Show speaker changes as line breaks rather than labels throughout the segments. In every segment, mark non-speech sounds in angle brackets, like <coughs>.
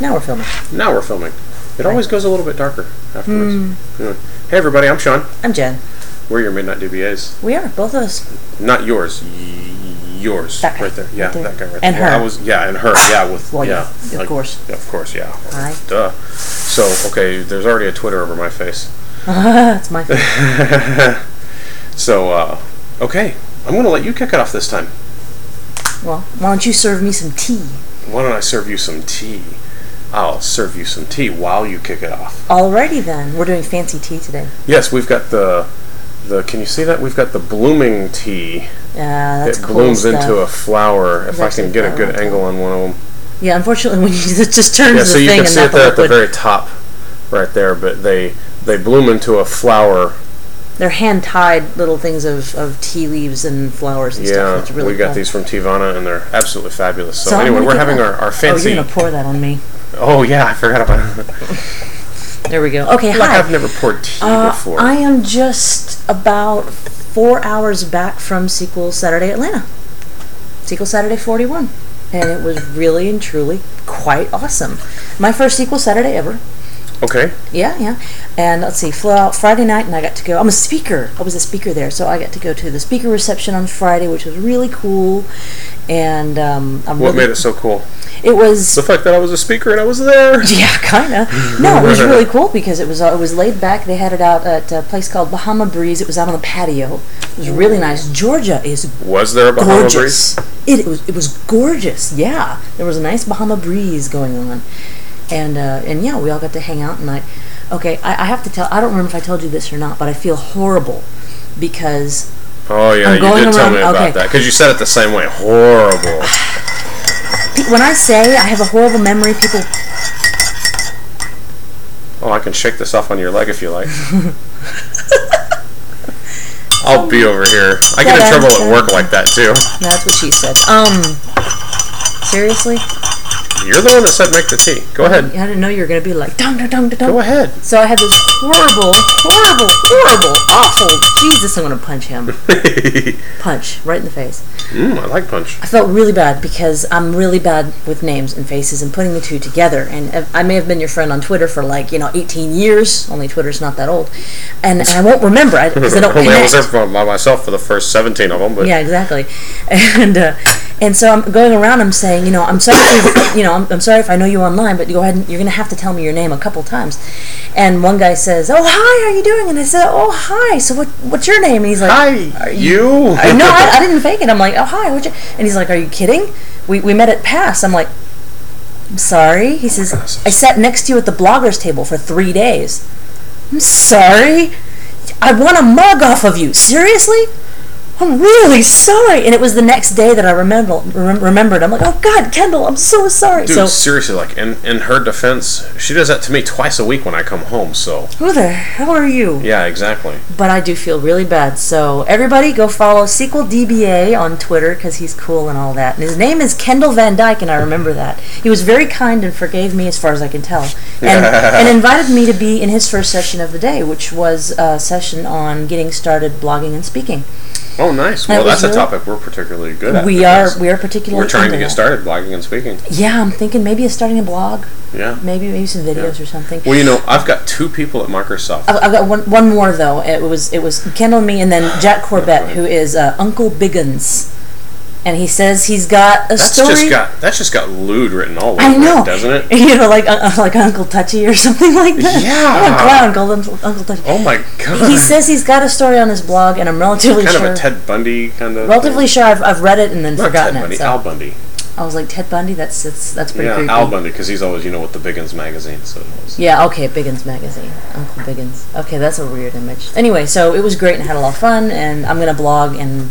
Now we're filming.
Now we're filming. It always goes a little bit darker afterwards.
Hmm.
Anyway. Hey everybody, I'm Sean.
I'm Jen.
We're your Midnight DBAs.
We are both of us.
Not yours. Y- yours.
That guy.
Right there. Yeah,
Right there.
that guy right
And
there. Well,
her.
I was yeah, and her.
<coughs>
Yeah, with
Well,
yeah.
of course.
yeah, Of course, yeah.
Hi. <laughs>
Duh. So, okay, there's already a Twitter over my face. <laughs>
That's my fault.
So, uh, okay. I'm going to let you kick it off this time.
Well, why don't you serve me some tea
Why don't I serve you some tea? I'll serve you some tea while you kick it off.
Alrighty then. We're doing fancy tea today.
Yes, we've got the the. Can you see that? We've got the blooming tea.
Uh, that's
it
cool
blooms
stuff.
into a flower. If I
That's
can
a
get a
flower
good
on
angle on one of them.
Yeah, unfortunately, <laughs> when you it just turns
Yeah,
the
so you
thing
can
and
see
not
it
the
there at the
liquid.
very top, right there. But they they bloom into a flower.
They're hand tied little things of, of tea leaves and flowers and
yeah,
stuff. It's really
we got
cool.
these from Tivana, and they're absolutely fabulous. So,
So I'm
anyway,
gonna
we're
give
having
it
our,
up.
our
Oh,
fancy.
you're gonna pour that on me.
Oh, yeah, I forgot about. <laughs>
There we go. Okay,
like
hi.
I've never poured tea
Uh,
before.
I am just about four hours back from Sequel Saturday Atlanta. Sequel Saturday 41. And it was really and truly quite awesome. My first Sequel Saturday ever.
okay,
Yeah, yeah. And let's see, flew out Friday night and I got to go. I'm a speaker. I was a speaker there. So I got to go to the speaker reception on Friday, which was really cool. And um, I'm
what
really,
made it so cool?
It was
The fact that I was a speaker and I
<laughs>
was there.
yeah, kind of. No, it was really cool because it was uh, it was laid back. They had it out at a place called Bahama Breeze. It was out on the patio. It was really nice. Georgia is
Was there a Bahama breeze?
gorgeous. It, it was it was gorgeous. Yeah, there was a nice Bahama breeze going on, and uh, and yeah, we all got to hang out. And I, okay, I, I have to tell. I don't remember if I told you this or not, but I feel horrible because
Oh yeah,
I'm
you
going
did tell
around-
me about
okay.
that because you said it the same way. Horrible.
when I say I have a horrible memory, people
Oh, I can shake this off on your leg if
<laughs>
you like. I'll be over here. I get in trouble at work like that too.
no, that's what she said. Um, seriously,
You're the one that said make the tea. Go ahead.
I didn't know you were gonna be like dum dum dum dum. dum.
Go
<laughs>
ahead.
So I had this horrible, horrible, horrible, awful. Jesus, I'm gonna punch him.
mm,
Punch right in the face.
I like punch.
I felt really bad because I'm really bad with names and faces and putting the two together. And if- I may have been your friend on Twitter for like you know 18 years. Only Twitter's not that old, and, and I won't remember
<laughs>
because I, don't
Only I was there
connect.
for- by myself for the first 17 of them, but
Yeah, exactly. <laughs> And uh, and so I'm going around. I'm saying, you know, I'm sorry. If <coughs> we, you know, I'm, I'm sorry if I know you online, but you go ahead. and You're gonna have to tell me your name a couple times. And one guy says, "Oh, hi, how are you doing?" And I said, "Oh, hi. So what? What's your name?" And he's like,
hi, you.
I- no, I, I didn't fake it. I'm like, oh hi, what's your? And he's like, are you kidding? We we met at Pass. I'm like, I'm sorry. He says,
goodness.
I sat next to you at the bloggers table for three days. I'm sorry. I want a mug off of you. Seriously. I'm really sorry, and it was the next day that I remember, remem- remembered. I'm like, oh God, Kendall, I'm so sorry.
<laughs> Dude,
so,
seriously, like in in her defense, she does that to me twice a week when I come home. So
who the hell are you?
yeah, exactly.
but I do feel really bad. So everybody, go follow Sequel DBA on Twitter because he's cool and all that. And his name is Kendall Van Dyke, and I remember that. He was very kind and forgave me as far as I can tell,
<laughs>
and, and invited me to be in his first session of the day, which was a session on getting started blogging and speaking.
Oh, nice.
That
Well,
was
that's a
really-
topic we're particularly good at.
We
because
are we are particularly
We're trying to
into
get
that.
started blogging and speaking.
Yeah, I'm thinking maybe it's starting a blog,
Yeah.
maybe maybe some videos or something.
Well, you know, I've got two people at Microsoft.
I've, I've got one, one more though. It was it was Kendall and me, and then
<gasps>
Jack Corbett, who is uh, Uncle Biggins, and he says he's got a
That's
story.
just got that's just got lewd written all over
I know,
it, doesn't
<laughs>
it?
You know, like uh, uh, like Uncle Touchy or <laughs> something like that. I'm a clown
Yeah.
called Uncle, Uncle Touchy.
Oh my god.
He says he's got a story on his blog, and I'm relatively
<laughs> kind
sure.
of a Ted Bundy kind of
Relatively sure I've, I've read it and then
Not
forgotten
Ted Bundy,
it. So
Al Bundy.
I was like Ted Bundy. That's that's, that's pretty
Yeah,
creepy.
Al Bundy, because he's always you know with the Biggins magazine. So it was-
Yeah, okay, Biggins Magazine. Uncle Biggins. Okay, that's a weird image. Anyway, so it was great and I had a lot of fun, and I'm gonna blog and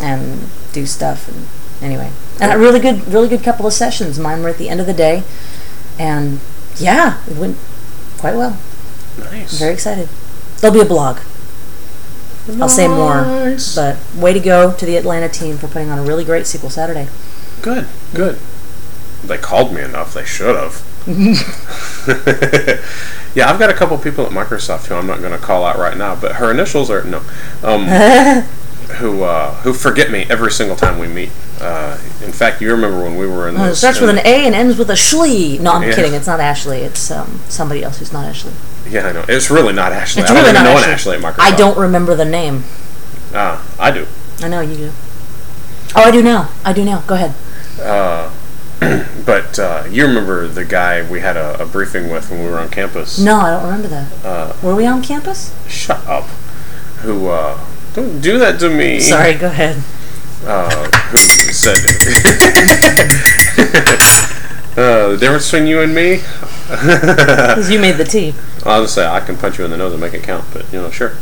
and do stuff. And anyway, and a really good, really good couple of sessions. Mine were at the end of the day, and yeah, it went quite well.
nice.
Very excited. There'll be a blog, I'll say more,
Nice.
but way to go to the Atlanta team for putting on a really great sequel Saturday.
Good, good. They called me enough. They should
<laughs>
have. yeah, I've
<laughs>
got a couple people at Microsoft who I'm not going to call out right now, but her initials are no. Um, who uh, who forget me every single time we meet. Uh, in fact, you remember when we were in.
Uh, it
those-
starts with
in-
an A and ends with a Shlee. No, I'm
Yeah.
kidding. It's not Ashley. It's um, somebody else who's not Ashley.
Yeah, I know. It's really not Ashley.
It's
I don't
really
even
not
know
Ashley.
an Ashley at Microsoft.
I don't remember the name.
Ah, I do.
I know you do. Oh, I do now. I do now. Go ahead.
Uh, <clears throat> But uh, you remember the guy we had a, a briefing with when we were on campus? Uh,
No, I don't remember that. Were we on campus?
Shut up. Who, uh, don't do that to me.
Sorry. Go ahead.
Uh, who said. <laughs> uh, the difference between you and me? <laughs> Uh,
'Cause you made the tea.
I'll just say I can punch you in the nose and make it count, but you know, sure.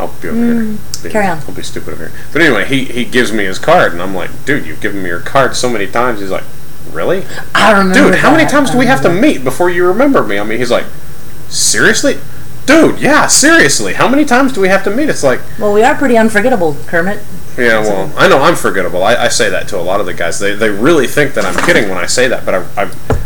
I'll be over here.
Carry on.
I'll be stupid over here. But anyway, he, he gives me his card, and I'm like, dude, you've given me your card so many times. He's like, really?
I remember.
Dude, how many
that.
times
I
do we have to
remember
meet before you remember me? I mean, he's like, seriously? Dude, yeah, seriously. How many times do we have to meet? It's like,
that. Well, we are pretty unforgettable, Kermit.
yeah, well, I know I'm forgettable. I, I say that to a lot of the guys. They, they really think that I'm kidding when I say that, but I, I,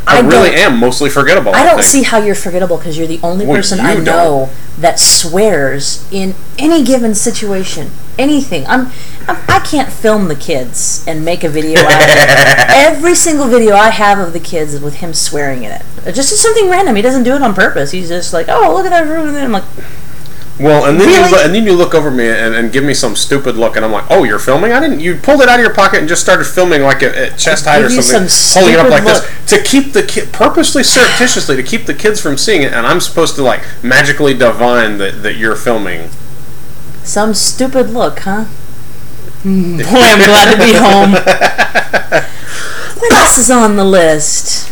I,
I
really
don't-
am mostly forgettable.
I don't
think. <laughs>
see how you're forgettable because you're the only
Well,
person
you
I
don't.
know that swears in any given situation, anything. I'm, I'm I can't film the kids and make a video out of
<laughs>
it. Every single video I have of the kids is with him swearing in it. Just it's something random. He doesn't do it on purpose. He's just like, oh, look at that room. And then I'm like,
Well, and then
Really?
you, lo- and then you look over me and, and give me some stupid look, and I'm like, "Oh, you're filming? I didn't. You pulled it out of your pocket and just started filming like at, at chest height or
Give you
something,
some
holding it up like
stupid
this to keep the kid purposely surreptitiously to keep the kids from seeing it, and I'm supposed to like magically divine that, that you're filming.
some stupid look, huh? Mm, <laughs> Boy, I'm glad to be home. what else is on the list?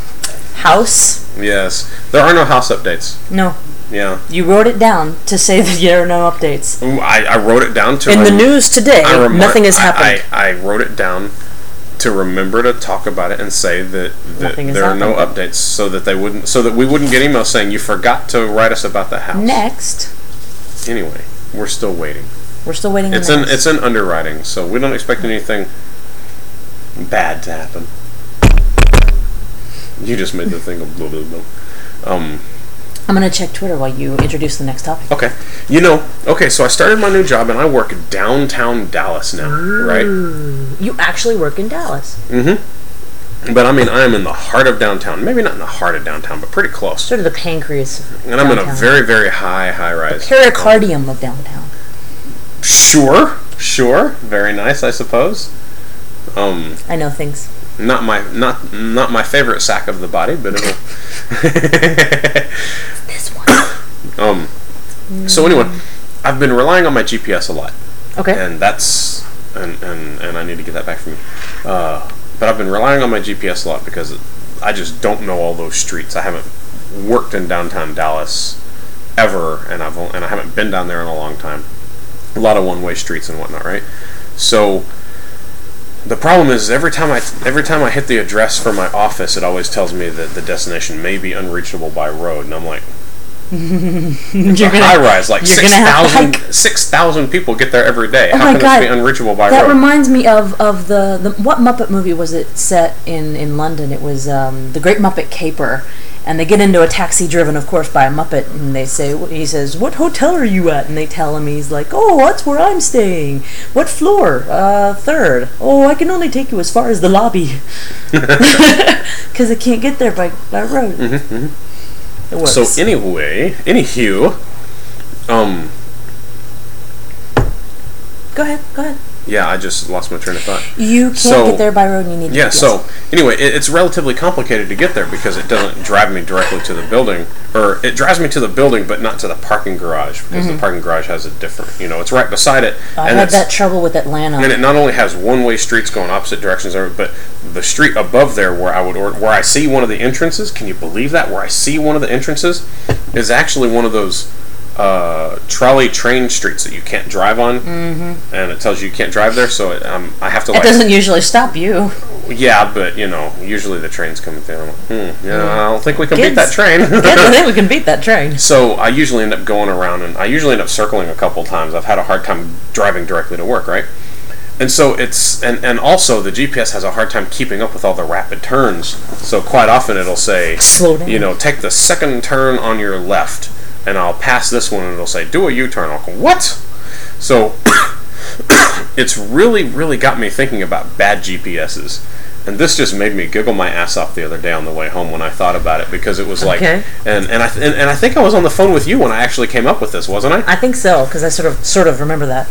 House?
Yes, there are no house updates.
No.
Yeah,
You wrote it down to say that there are no updates.
Ooh, I, I wrote it down to
In the
rem-
news today,
I remi-
nothing has
I-
happened.
I, I wrote it down to remember to talk about it and say that, that
Nothing has
there are no updates, so that they wouldn't, so that we wouldn't get emails saying you forgot to write us about the house.
Next,
Anyway, we're still waiting.
we're still waiting.
It's
on
in
next.
it's in underwriting, so we don't expect anything bad to happen. You just made the thing a blah blah blah.
I'm gonna check Twitter while you introduce the next topic.
Okay. You know, okay, so I started my new job and I work downtown Dallas now, right?
You actually work in Dallas.
But I mean, I am in the heart of downtown. Maybe not in the heart of downtown, but pretty close.
Sort of the pancreas, of
And I'm in a
downtown.
very, very high, high rise.
pericardium of downtown.
Sure, sure, very nice, I suppose. Um,
I know things.
not my, not, not my favorite sack of the body, but it'll. <laughs>
This one.
um, so anyway, I've been relying on my GPS a lot.
Okay.
and that's and, and and I need to get that back from you. Uh, but I've been relying on my GPS a lot because I just don't know all those streets. I haven't worked in downtown Dallas ever, and I've on- and I haven't been down there in a long time. A lot of one-way streets and whatnot, right? So the problem is every time I every time I hit the address for my office, it always tells me that the destination may be unreachable by road, and I'm like,
<laughs> You're
high rise, like
you're gonna have to
6,000
hike.
6,000 people get there every day. How
my
can
God.
this be unreachable by
That
road?
reminds me of, of the, the what Muppet movie was it set in in London? It was um, the Great Muppet Caper, and they get into a taxi driven, of course, by a Muppet, and they say he says, "What hotel are you at?" And they tell him he's like, "Oh, that's where I'm staying. What floor? Uh, third. Oh, I can only take you as far as the lobby,
<laughs>
<laughs> because I can't get there by by road." It works.
Mm-hmm, so anyway, anywho, um,
go ahead, go ahead.
yeah, I just lost my train of thought.
You can't
So-
get there by road, and you need
Yeah,
GPS.
so anyway, it, it's relatively complicated to get there because it doesn't drive me directly to the building, or it drives me to the building, but not to the parking garage because the parking garage has a different, you know, it's right beside it,
Mm-hmm. I
and
had
it's-
that trouble with Atlanta.
And it not only has one-way streets going opposite directions, there, but the street above there, where I would or, where I see one of the entrances, can you believe that? Where I see one of the entrances is actually one of those uh, trolley train streets that you can't drive on, mm-hmm. and it tells you you can't drive there. So it, um, I have to
It
like,
doesn't usually stop you.
yeah, but you know, usually the trains coming through. I'm like, hmm, yeah, I don't think we can beat
Kids.
that train.
I don't think we can beat that train.
So I usually end up going around and I usually end up circling a couple times. I've had a hard time driving directly to work, right? And so it's and, and also the GPS has a hard time keeping up with all the rapid turns. So quite often it'll say
Slow down.
you know, take the second turn on your left and I'll pass this one and it'll say do a U-turn. I'll go, "What?" So <coughs> it's really, really got me thinking about bad GPSs. And this just made me giggle my ass off the other day on the way home when I thought about it because it was like,
Okay.
and and I th- and, and I think I was on the phone with you when I actually came up with this, wasn't I?
I think so because I sort of sort of remember that.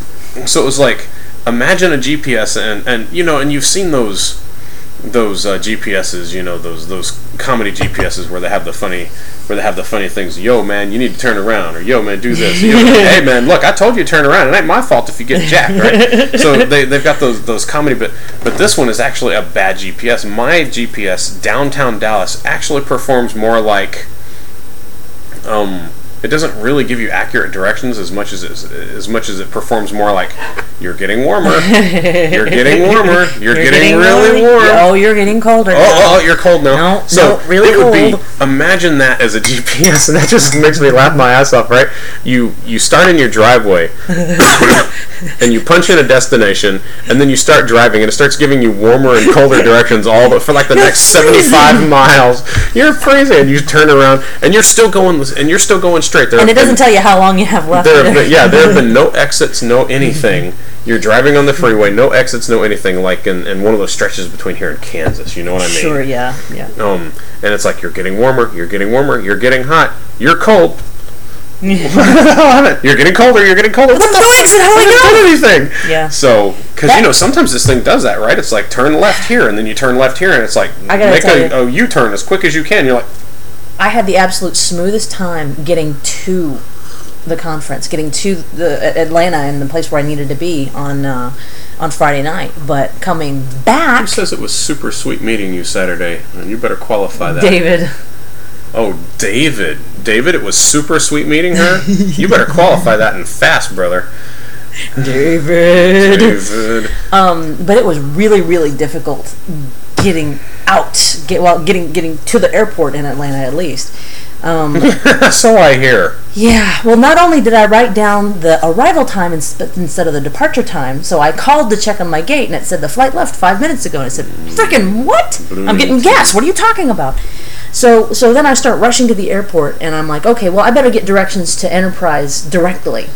So it was like, imagine a GPS, and and you know, and you've seen those those uh, GPSs, you know, those those comedy GPSs where they have the funny where they have the funny things. Yo, man, you need to turn around, or yo, man, do this. <laughs> Yo, man, hey, man, look, I told you to turn around. It ain't my fault if you get jacked, <laughs> right? so they they've got those those comedy, but but this one is actually a bad GPS. My GPS downtown Dallas actually performs more like um, it doesn't really give you accurate directions as much as it, as much as it performs more like you're getting warmer, you're getting warmer, <laughs> you're, getting, really warm.
Oh, you're getting colder. now.
Oh, oh, oh, you're cold now.
No,
so
no, really
it would
cold.
be imagine that as a <laughs> GPS, and that just makes me laugh my ass off. Right? You you start in your driveway, <coughs> and you punch in a destination, and then you start driving, and it starts giving you warmer and colder directions all the, for like the next seventy five miles. You're freezing, and you turn around, and you're still going, and you're still going straight. There
and it
have been-
doesn't tell you how long you have left.
there have
either. <laughs>
been, yeah, there have been no exits, no anything. You're driving on the freeway, no exits, no anything, like in, in one of those stretches between here and Kansas. You know what I mean?
Sure. Yeah. Yeah.
Um, and it's like you're getting warmer, you're getting warmer, you're getting hot, you're cold. <laughs> you're getting colder, you're getting colder. What the
doing? So how
I
do I
didn't do anything.
Yeah.
So, because you
That-
know, sometimes this thing does that, right? It's like turn left here, and then you turn left here, and it's like
I gotta
make
tell
a
you.
a U-turn as quick as you can. You're like,
I had the absolute smoothest time getting to the conference, getting to the A- Atlanta and the place where I needed to be on uh, on Friday night. But coming back,
says it was super sweet meeting you Saturday, and you better qualify that.
David.
Oh, David. David, it was super sweet
<laughs>
meeting her. you better qualify that and fast, brother.
David.
David. <laughs>
Um, but it was really, really difficult getting out, get, well, getting getting to the airport in Atlanta at least. Um,
so I hear.
Yeah, well, not only did I write down the arrival time ins- instead of the departure time, so I called to check on my gate and it said the flight left five minutes ago. And I said, frickin' what? I'm getting gas. What are you talking about? So, so then I start rushing to the airport and I'm like, okay, well, I better get directions to Enterprise directly.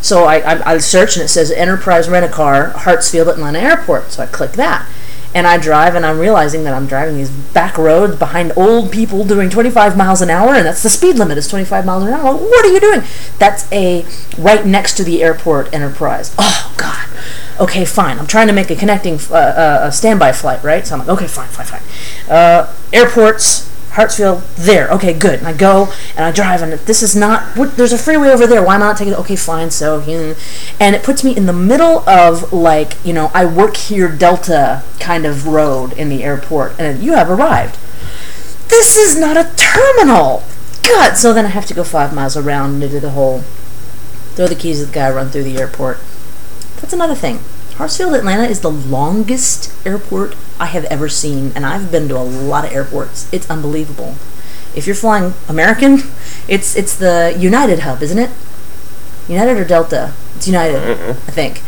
So I, I, I search and it says Enterprise Rent a Car, Hartsfield Atlanta Airport. So I click that. And I drive and I'm realizing that I'm driving these back roads behind old people doing 25 miles an hour, and that's the speed limit is 25 miles an hour. What are you doing? That's a right next to the airport Enterprise. Oh, God. Okay, fine. I'm trying to make a connecting, uh, uh, a standby flight, right? So I'm like, okay, fine, fine, fine. Uh, airports, Hartsfield, there. Okay, good. And I go and I drive, and this is not. What, there's a freeway over there. Why am I not taking it? Okay, fine. So, hmm. and it puts me in the middle of like you know I work here Delta kind of road in the airport, and you have arrived. This is not a terminal. God. So then I have to go five miles around into the whole. Throw the keys at the guy. Run through the airport. That's another thing. Hartsfield, Atlanta is the longest airport I have ever seen, and I've been to a lot of airports. It's unbelievable. If you're flying American, <laughs> it's it's the United hub, isn't it? United or Delta? It's United, I think.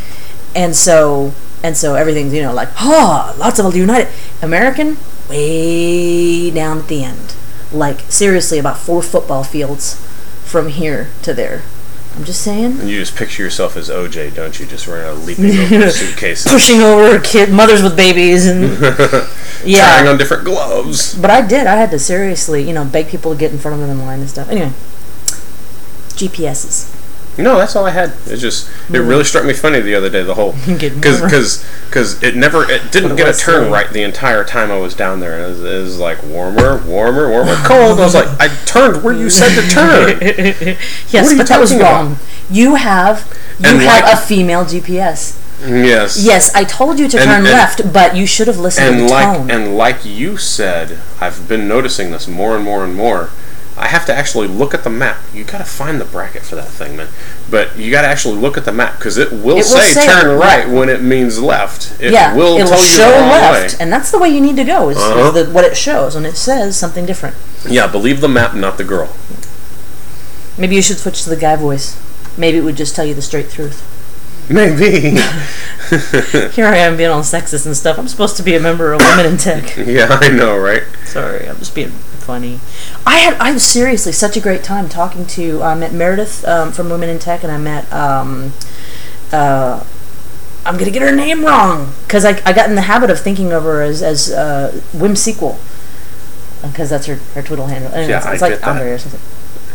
And so and so everything's you know like ha, lots of United American way down at the end, like seriously about four football fields from here to there. I'm just saying.
And you just picture yourself as OJ, don't you? Just running out
<laughs>
leaping over suitcases.
pushing over kid mothers with babies
<laughs>
and
Trying
yeah.
on different gloves.
But I did. I had to seriously, you know, beg people to get in front of them in line and stuff. Anyway,
<laughs>
GPSs.
No, that's all I had. It just it really struck me funny the other day. The whole
Get
because
warmer.
because because it never it didn't
But it
get a
was
turn
still-
right the entire time I was down there. It was, it was like warmer, warmer, warmer, cold. I was like, I turned where you said
<laughs>
to <laughs> turn. What are
Yes,
you
but that was
talking about?
wrong. You have you
And
have
like-
a female GPS.
Yes.
Yes, I told you to
And-
turn
and-
left, but you should have listened to
and
the
like
tone.
and like you said, I've been noticing this more and more and more. I have to actually look at the map. You gotta find the bracket for that thing, man. But you gotta actually look at the map because it will
It will
say,
say-
turn right when it means left. It
yeah,
will
it'll
tell you
show
the wrong
left,
way.
and that's the way you need to go. Is,
Uh-huh.
is the, what it shows, and it says something different.
Yeah, believe the map, not
<laughs>
the girl.
Maybe you should switch to the guy voice. Maybe it would just tell you the straight truth.
Maybe.
Here I am being all sexist and stuff. I'm supposed to be a member of Women in
<laughs>
Tech.
<laughs> yeah, I know, right?
Sorry, I'm just being funny. I had I was seriously such a great time talking to I met Meredith um, from Women in Tech and I met um, uh, I'm gonna get her name wrong because I, I got in the habit of thinking of her as as uh, Wim Sequel because that's her her twiddle handle. Anyway,
Yeah,
it's,
I
it's
get
like
that.
Andre or something.